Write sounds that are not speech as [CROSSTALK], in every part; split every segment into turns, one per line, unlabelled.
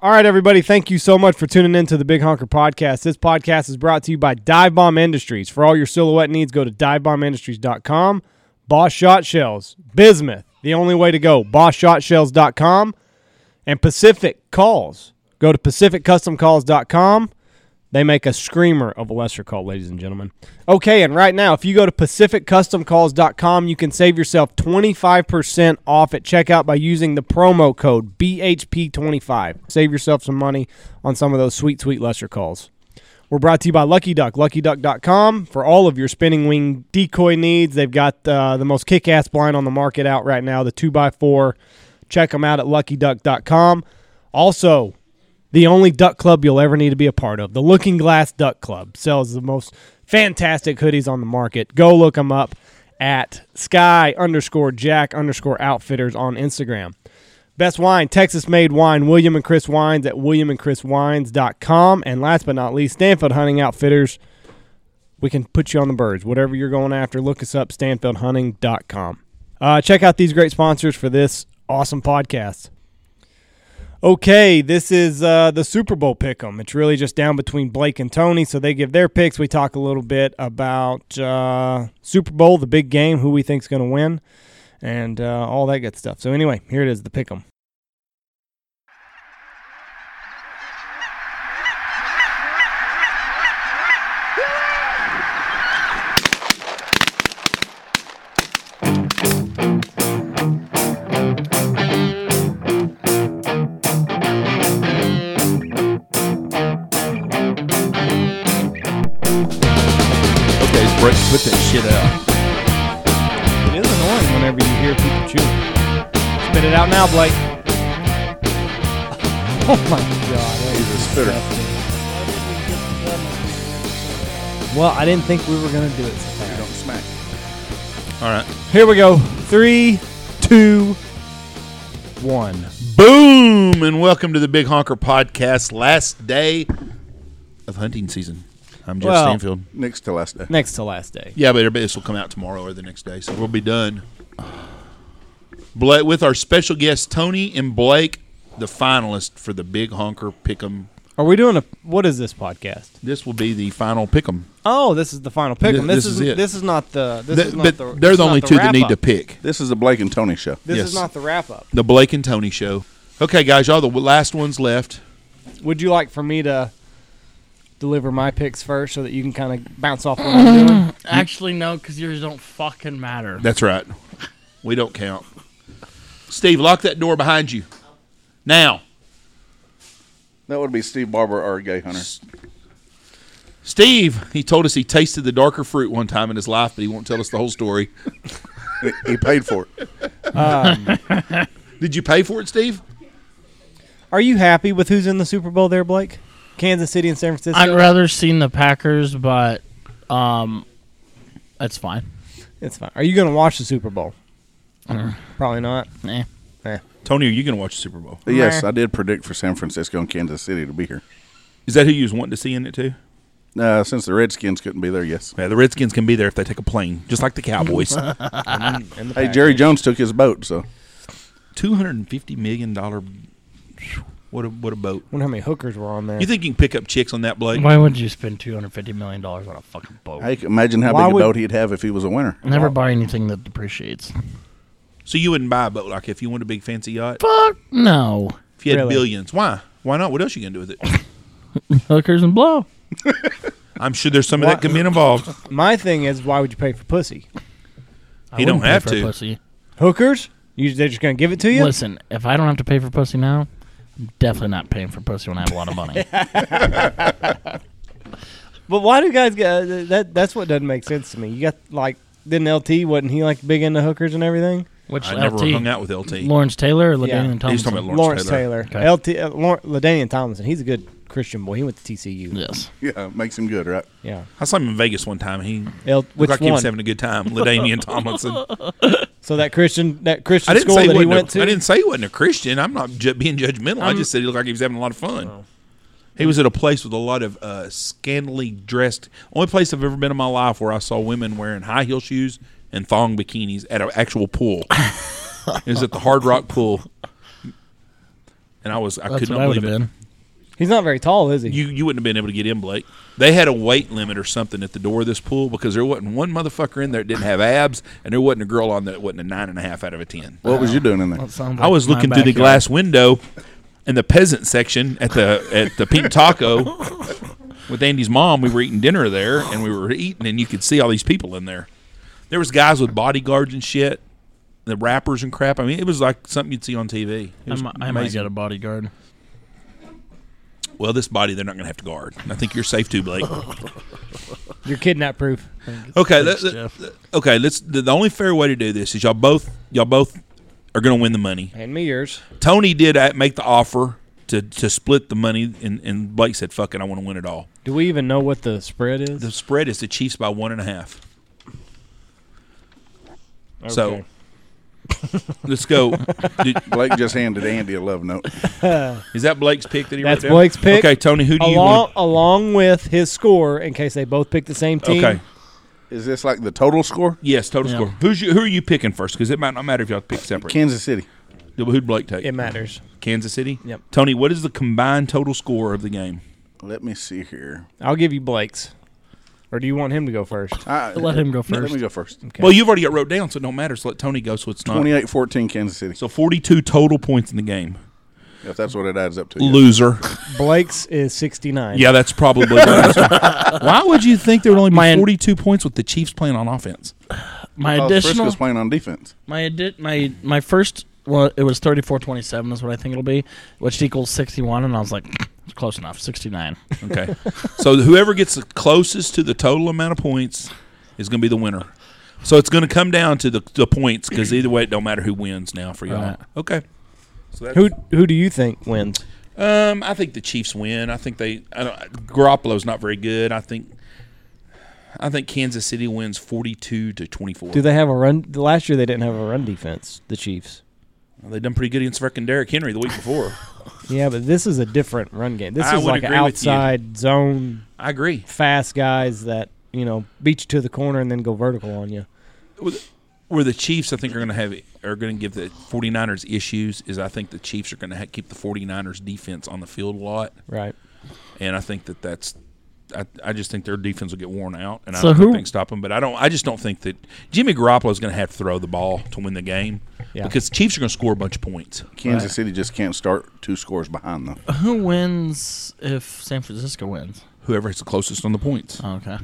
All right, everybody. Thank you so much for tuning in to the Big Honker Podcast. This podcast is brought to you by Dive Bomb Industries. For all your silhouette needs, go to divebombindustries.com. Boss Shot Shells, Bismuth, the only way to go, bosshotshells.com. And Pacific Calls. Go to pacificcustomcalls.com. They make a screamer of a lesser call, ladies and gentlemen. Okay, and right now, if you go to PacificCustomCalls.com, you can save yourself 25% off at checkout by using the promo code BHP25. Save yourself some money on some of those sweet, sweet lesser calls. We're brought to you by Lucky Duck, LuckyDuck.com. For all of your spinning wing decoy needs, they've got uh, the most kick ass blind on the market out right now, the 2x4. Check them out at LuckyDuck.com. Also, the only duck club you'll ever need to be a part of. The Looking Glass Duck Club sells the most fantastic hoodies on the market. Go look them up at sky underscore jack underscore outfitters on Instagram. Best wine, Texas made wine, William and Chris Wines at williamandchriswines.com. And last but not least, Stanfield Hunting Outfitters. We can put you on the birds. Whatever you're going after, look us up, stanfieldhunting.com. Uh, check out these great sponsors for this awesome podcast. Okay, this is uh, the Super Bowl pick 'em. It's really just down between Blake and Tony, so they give their picks. We talk a little bit about uh, Super Bowl, the big game, who we think's going to win, and uh, all that good stuff. So anyway, here it is, the pick 'em.
Okay, Brett, put that shit out.
It is annoying whenever you hear people chew. Spit it out now, Blake. [LAUGHS] Oh my god, that
He's a spitter.
disgusting. Well, I didn't think we were going to do it so fast.
Don't smack. All right.
Here we go. Three, two, one.
Boom! And welcome to the Big Honker Podcast, last day of hunting season. I'm Jeff
Well-
Stanfield.
Next to last day.
Next to last day.
Yeah, but this will come out tomorrow or the next day, so we'll be done. Bla with our special guests, Tony and Blake, the finalists for the Big Honker Pick'em.
Are we doing a what is this podcast?
This will be the final Pick'em.
Oh, this is the final pick.
Th-
This,
this
is
is it.
this is not the this is
Th-
not
but
the
they're
this
the
is
only
not
two that need
wrap-up.
to pick.
This is the Blake and Tony show.
This is
yes.
not the wrap up.
The Blake and Tony show. Okay, guys, y'all, the last one's left.
Would you like for me to deliver my picks first so that you can kind of bounce off what I'm doing?
Actually, no, because yours don't fucking matter.
That's right. We don't count. Steve, lock that door behind you. Now,
That would be Steve Barber or Gay Hunter.
Steve, he told us he tasted the darker fruit one time in his life, but he won't tell us the whole story.
[LAUGHS] He- he paid for it.
Did you pay for it, Steve?
Are you happy with who's in the Super Bowl there, Blake? Kansas City and San Francisco.
I'd rather seen the Packers, but um, that's fine.
it's fine. Are you going to watch the Super Bowl? Probably not.
Eh.
Eh.
Tony, are you going to watch the Super Bowl?
But [LAUGHS] yes, I did predict for San Francisco and Kansas City to be here.
Is that who you was wanting to see in it too?
Uh, since the Redskins couldn't be there, yes.
Yeah, the Redskins can be there if they take a plane, just like the Cowboys. [LAUGHS]
And the
Hey,
Packers.
Jerry Jones took his boat, so
Two hundred and fifty million dollar. What a what a boat!
wonder how many hookers were on there.
You think you can pick up chicks on that, Blake?
Why would you spend two hundred fifty million dollars on a fucking boat?
hey, imagine how
Why
big
would-
a boat he'd have if he was a winner.
Never buy anything that depreciates.
So you wouldn't buy a boat like if you wanted a big fancy yacht.
Fuck no,
If you had
Really?
billions, why? Why not? What else you gonna do with it?
hookers and blow.
I'm sure there's some
Why-
of that could
[LAUGHS]
be involved.
My thing is, why would you pay for pussy?
I
He don't
wouldn't pay
have
for a
to.
Pussy.
Hookers? You, they're just gonna give it to you?
Listen, if I don't have to pay for pussy now, I'm definitely not paying for pussy when I have a lot of [LAUGHS] money.
But why do guys get uh, that? That's what doesn't make sense to me. You got like didn't LT wasn't he like big into hookers and everything?
Which
I never
LT?
hung out with LT.
Lawrence Taylor or
Yeah.
Ladanian
He's
Thompson?
talking about
Lawrence,
Lawrence
Taylor,
Taylor.
LT, uh, Lawrence, Ladainian Tomlinson. He's a good Christian boy. He went to TCU.
yes.
[LAUGHS] Yeah, makes him good, right?
Yeah.
I saw him in Vegas one time. He
L, which
looked like he was
one?
having a good time.
[LAUGHS]
Ladanian Tomlinson.
So that Christian that Christian
I didn't
school
say he
that he
wasn't.
went
a,
to.
I didn't say he wasn't a Christian. I'm not ju- being judgmental. i
I'm-
just said he looked like he was having a lot of fun.
Oh.
He was at a place with a lot of uh, scantily dressed. Only place I've ever been in my life where I saw women wearing high heel shoes and
[LAUGHS]
thong bikinis at an actual pool. it was at the Hard Rock Pool. and I was I
That's
could
what
not
I would
believe
have
it.
been.
He's not very tall, is he?
You you wouldn't have been able to get in, Blake. They had a weight limit or something at the door of this pool because there wasn't one motherfucker in there that didn't have abs, and there wasn't a girl on there that wasn't a nine and a half out of a ten.
What was you doing in there?
That sounds
I
like
was
my
looking through the
backyard.
glass window in the peasant section at the at the Pink Taco with Andy's mom. We were eating dinner there, and we were eating, and you could see all these people in there. There was guys with bodyguards and shit, the rappers and crap. I mean, it was like something you'd see on TV. It
I
was
mi- I might
amazing.
get a bodyguard.
well, this body they're not going to have to guard. And I think you're safe too, Blake.
You're kidnap proof.
Okay,
Thanks,
let-
Jeff.
let- okay. Let's. The, the only fair way to do this is y'all both. Y'all both are going to win the money.
Hand me yours.
Tony did uh, make the offer to to split the money, and, and Blake said, "Fuck it, I want to win it all."
Do we even know what the spread is?
The spread is the Chiefs by one and a half. So
Okay.
[LAUGHS] let's go. Did-
[LAUGHS] Blake just handed Andy a love note.
is that Blake's pick that he
That's
wrote down?
Blake's pick.
Okay, Tony, who do you
along
want?
along with his score, in case they both pick the same team.
Okay.
Is this like the total score?
Yes, total
Yeah.
score. Who's you, who are you picking first? Because it might not matter if y'all pick separate.
Kansas City.
Who'd Blake take?
It matters.
Kansas City.
Yep.
Tony, what is the combined total score of the game?
Let me see here.
I'll give you Blake's. Or do you want him to go first?
I,
Let him go
Let
first.
me go first.
Okay.
Well, you've already got wrote down, so it don't matter. So let Tony go, so it's not.
28 14 Kansas City,
So 42 total points in the game.
if that's what it adds up to. yeah.
Loser.
Blake's is 69.
Yeah, that's probably. Why would you think there would only be
My-
42 points with the Chiefs playing on offense?
My
Oh,
additional,
Frisco's playing on defense.
my addi- my my first. Well, it was thirty-four twenty-seven. Is what I think it'll be, which equals sixty-one. And I was like, it's close enough. Sixty-nine.
Okay. so whoever gets the closest to the total amount of points is going to be the winner. So it's going to come down to the, the points because either way, it don't matter who wins now for y'all. all
Right.
Okay. So that's,
Who who do you think wins?
Um, I think the Chiefs win. I think they. I don't, Garoppolo's not very good. I think. I think Kansas City wins forty-two to twenty-four.
Do they have a run? Last year they didn't have a run defense. The Chiefs.
They done pretty good against frickin' Derrick Henry the week before.
Yeah, but this is a different run game. This
I
is
would
like an
agree with you.
outside zone,
I agree.
fast guys that you know beat you to the corner and then go vertical on you.
Where the Chiefs, I think, are going to have are going to give the 49ers issues is I think the Chiefs are going to ha- keep the 49ers defense on the field a lot,
Right.
and I think that that's. I, I just think their defense will get worn out, and I
So
don't think
who-
they can stop them. But I don't. I just don't think that Jimmy Garoppolo is going to have to throw the ball to win the game
Yeah.
because Chiefs are going to score a bunch of points.
Kansas City just can't start two scores behind them.
[LAUGHS] Who wins if San Francisco wins?
Whoever is the closest on the points.
Oh, okay.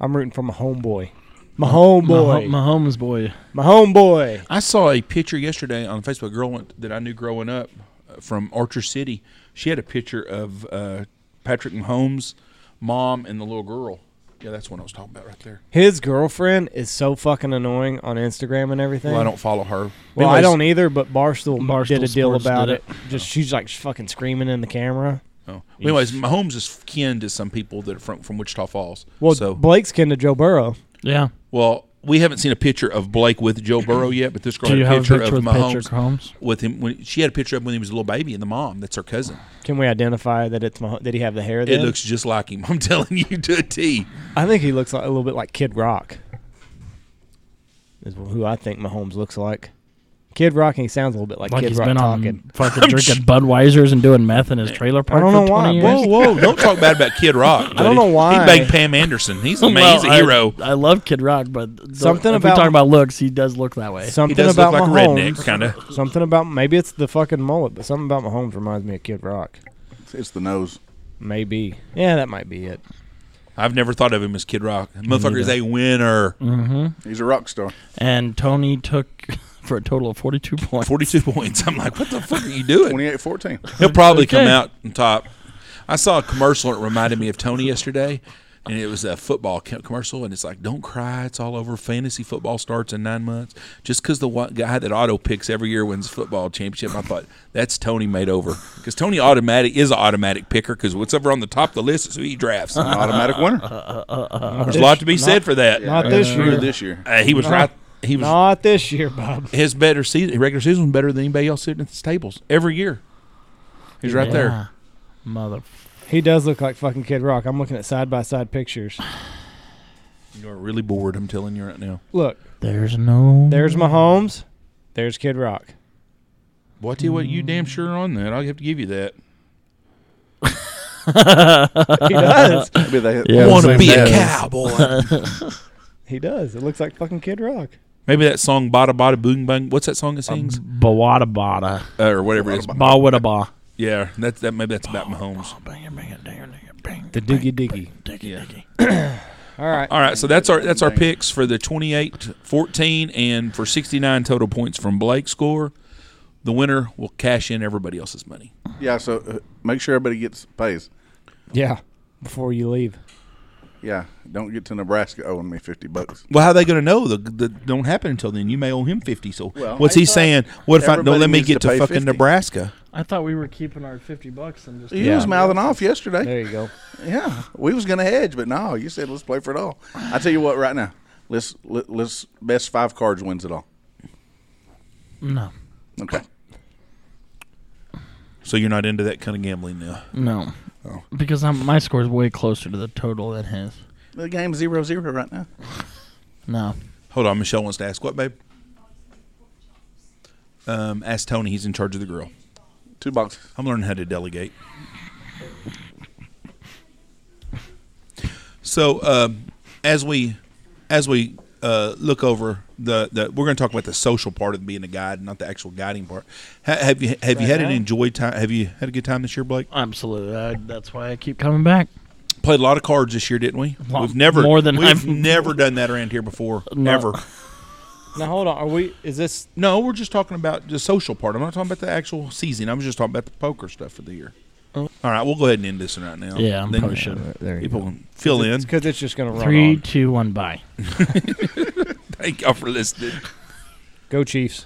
I'm rooting for my homeboy. My homeboy.
Mah- Mahomes boy.
My homeboy.
I saw a picture yesterday on Facebook. A girl went, that I knew growing up uh, from Archer City. She had a picture of uh, Patrick Mahomes' mom and the little girl. Yeah, that's what I was talking about right there.
His girlfriend is so fucking annoying on Instagram and everything.
Well, I don't follow her.
Well, I
Anyways,
don't either, but Barstool,
Barstool
did a deal
Sports
about
did
it. Just she's like fucking screaming in the camera.
Oh. Anyways, Mahomes is kin to some people that are from from Wichita Falls.
Well,
so
Blake's kin to Joe Burrow.
Yeah.
well, we haven't seen a picture of Blake with Joe Burrow yet, but this girl
Do
had
you
a
have
picture,
a picture
of
with
Mahomes
Patrick Mahomes?
with him when she had a picture of him when he was a little baby and the mom. That's her cousin.
Can we identify that it's Mah- did he have the hair? Then?
It looks just like him. [LAUGHS] I'm telling you to a T.
I think he looks like, a little bit like Kid Rock. Is who I think Mahomes looks like. Kid Rock, and he sounds a little bit like,
Like
Kid
he's
Rock
been on
talking. [LAUGHS]
fucking drinking Budweisers and doing meth in his trailer park.
don't
for
know why,
20
bro.
years.
Whoa,
[LAUGHS]
whoa! Oh, Don't talk bad about Kid Rock.
I don't
buddy.
know why.
He banged Pam Anderson. He's a man.
[LAUGHS] Well,
He's a
I-
hero.
I, love Kid Rock, but the-
Something
if we
about-
talk about looks, he does look that way.
He
Something
does
about
look like a
Mahomes.
redneck, kind of.
Something about maybe it's the fucking mullet, but something about Mahomes reminds me of Kid Rock.
It's- It's the nose.
Maybe. Yeah, that might be it.
I've never thought of him as Kid Rock. Motherfucker is a winner.
Mm-hmm.
He's a rock star.
and Tony took [LAUGHS] for a total of forty-two points.
Forty-two points. I'm like, what the fuck are you doing?
28 14.
He'll probably come
Okay.
out on top. I saw a commercial that reminded me of Tony yesterday, and it was a football co- commercial, and it's like, "Don't cry, it's all over." Fantasy football starts in nine months. Just because the one guy that auto picks every year wins football championship, I thought that's Tony made over because Tony automatic is an automatic picker because whatever on the top of the list is who he
[LAUGHS]
drafts.
An automatic winner.
Uh,
There's a lot to be said for that.
Not this
True
year.
this year.
Uh, he was right. He was
Not this year,
[LAUGHS]
Bob.
his better season. Regular season was better than anybody else sitting at the tables every year. He's right there.
Mother.
He does look like fucking Kid Rock. I'm looking at side by side pictures.
You're really bored. I'm telling you right now.
Look,
There's no. [LAUGHS]
there's Mahomes. There's Kid Rock.
Well, I tell you what, you damn sure are on that. I'll have to give you that.
He does.
Maybe they
Yeah,
Wanna
same
be a
thing.
cowboy?
he does. It looks like fucking Kid Rock.
[LAUGHS] Maybe that song "Bada Bada Boom Bang." What's that song it sings?
Bawada bada.
Uh, or whatever it is.
Ba wada ba.
Yeah, that's that. Maybe that's about Mahomes.
Oh, Bang it, bang it, bang it, bang it, bang it,
The
bang
diggy
it,
diggy.
diggy,
Yeah.
diggy.
All right.
All right, so that's our that's our picks for the 28, 14, and for 69 total points from Blake's score. The winner will cash in everybody else's money.
Yeah, so uh, make sure everybody gets pays.
Yeah. Before you leave.
Yeah, don't get to Nebraska owing me fifty bucks.
Well, how are they going to know? The, the don't happen until then. You may owe him 50. So
Well,
what's
I
he
thought
saying? What if I don't
everybody
let me
needs
get
to
to,
pay
fucking
50.
Nebraska?
I thought we were keeping our fifty bucks and just
You was mouthing off yesterday.
There you go.
Yeah, we was gonna hedge, but no, you said let's play for it all. I tell you what, right now, let's let, let's best five cards wins it all.
no,
Okay,
So you're not into that kind of gambling now.
no,
Oh.
because I'm, my score is way closer to the total than his.
the game's zero zero right now.
No,
Hold on, Michelle wants to ask what, babe. Um, ask Tony. He's in charge of the grill.
Two boxes.
I'm learning how to delegate. So um as we as we uh, look over the, the we're going to talk about the social part of being a guide, not the actual guiding part. Ha, have you have you had an
now?
enjoyed time? Have you had a good time this year, Blake?
absolutely. I, that's why I keep coming back.
Played a lot of cards this year, didn't we?
Lot
we've never
more than
we've
I've-
never done that around here before. Never.
Now hold on. Are we? Is this?
No, we're just talking about the social part. I'm not talking about the actual season. I'm just talking about the poker stuff for the year. All right, we'll go ahead and end this right now.
Oh. Yeah, I'm
Then
probably should.
There
People can fill in.
because it's just gonna run.
Three,
on.
two, one, bye.
Thank y'all for listening.
Go Chiefs.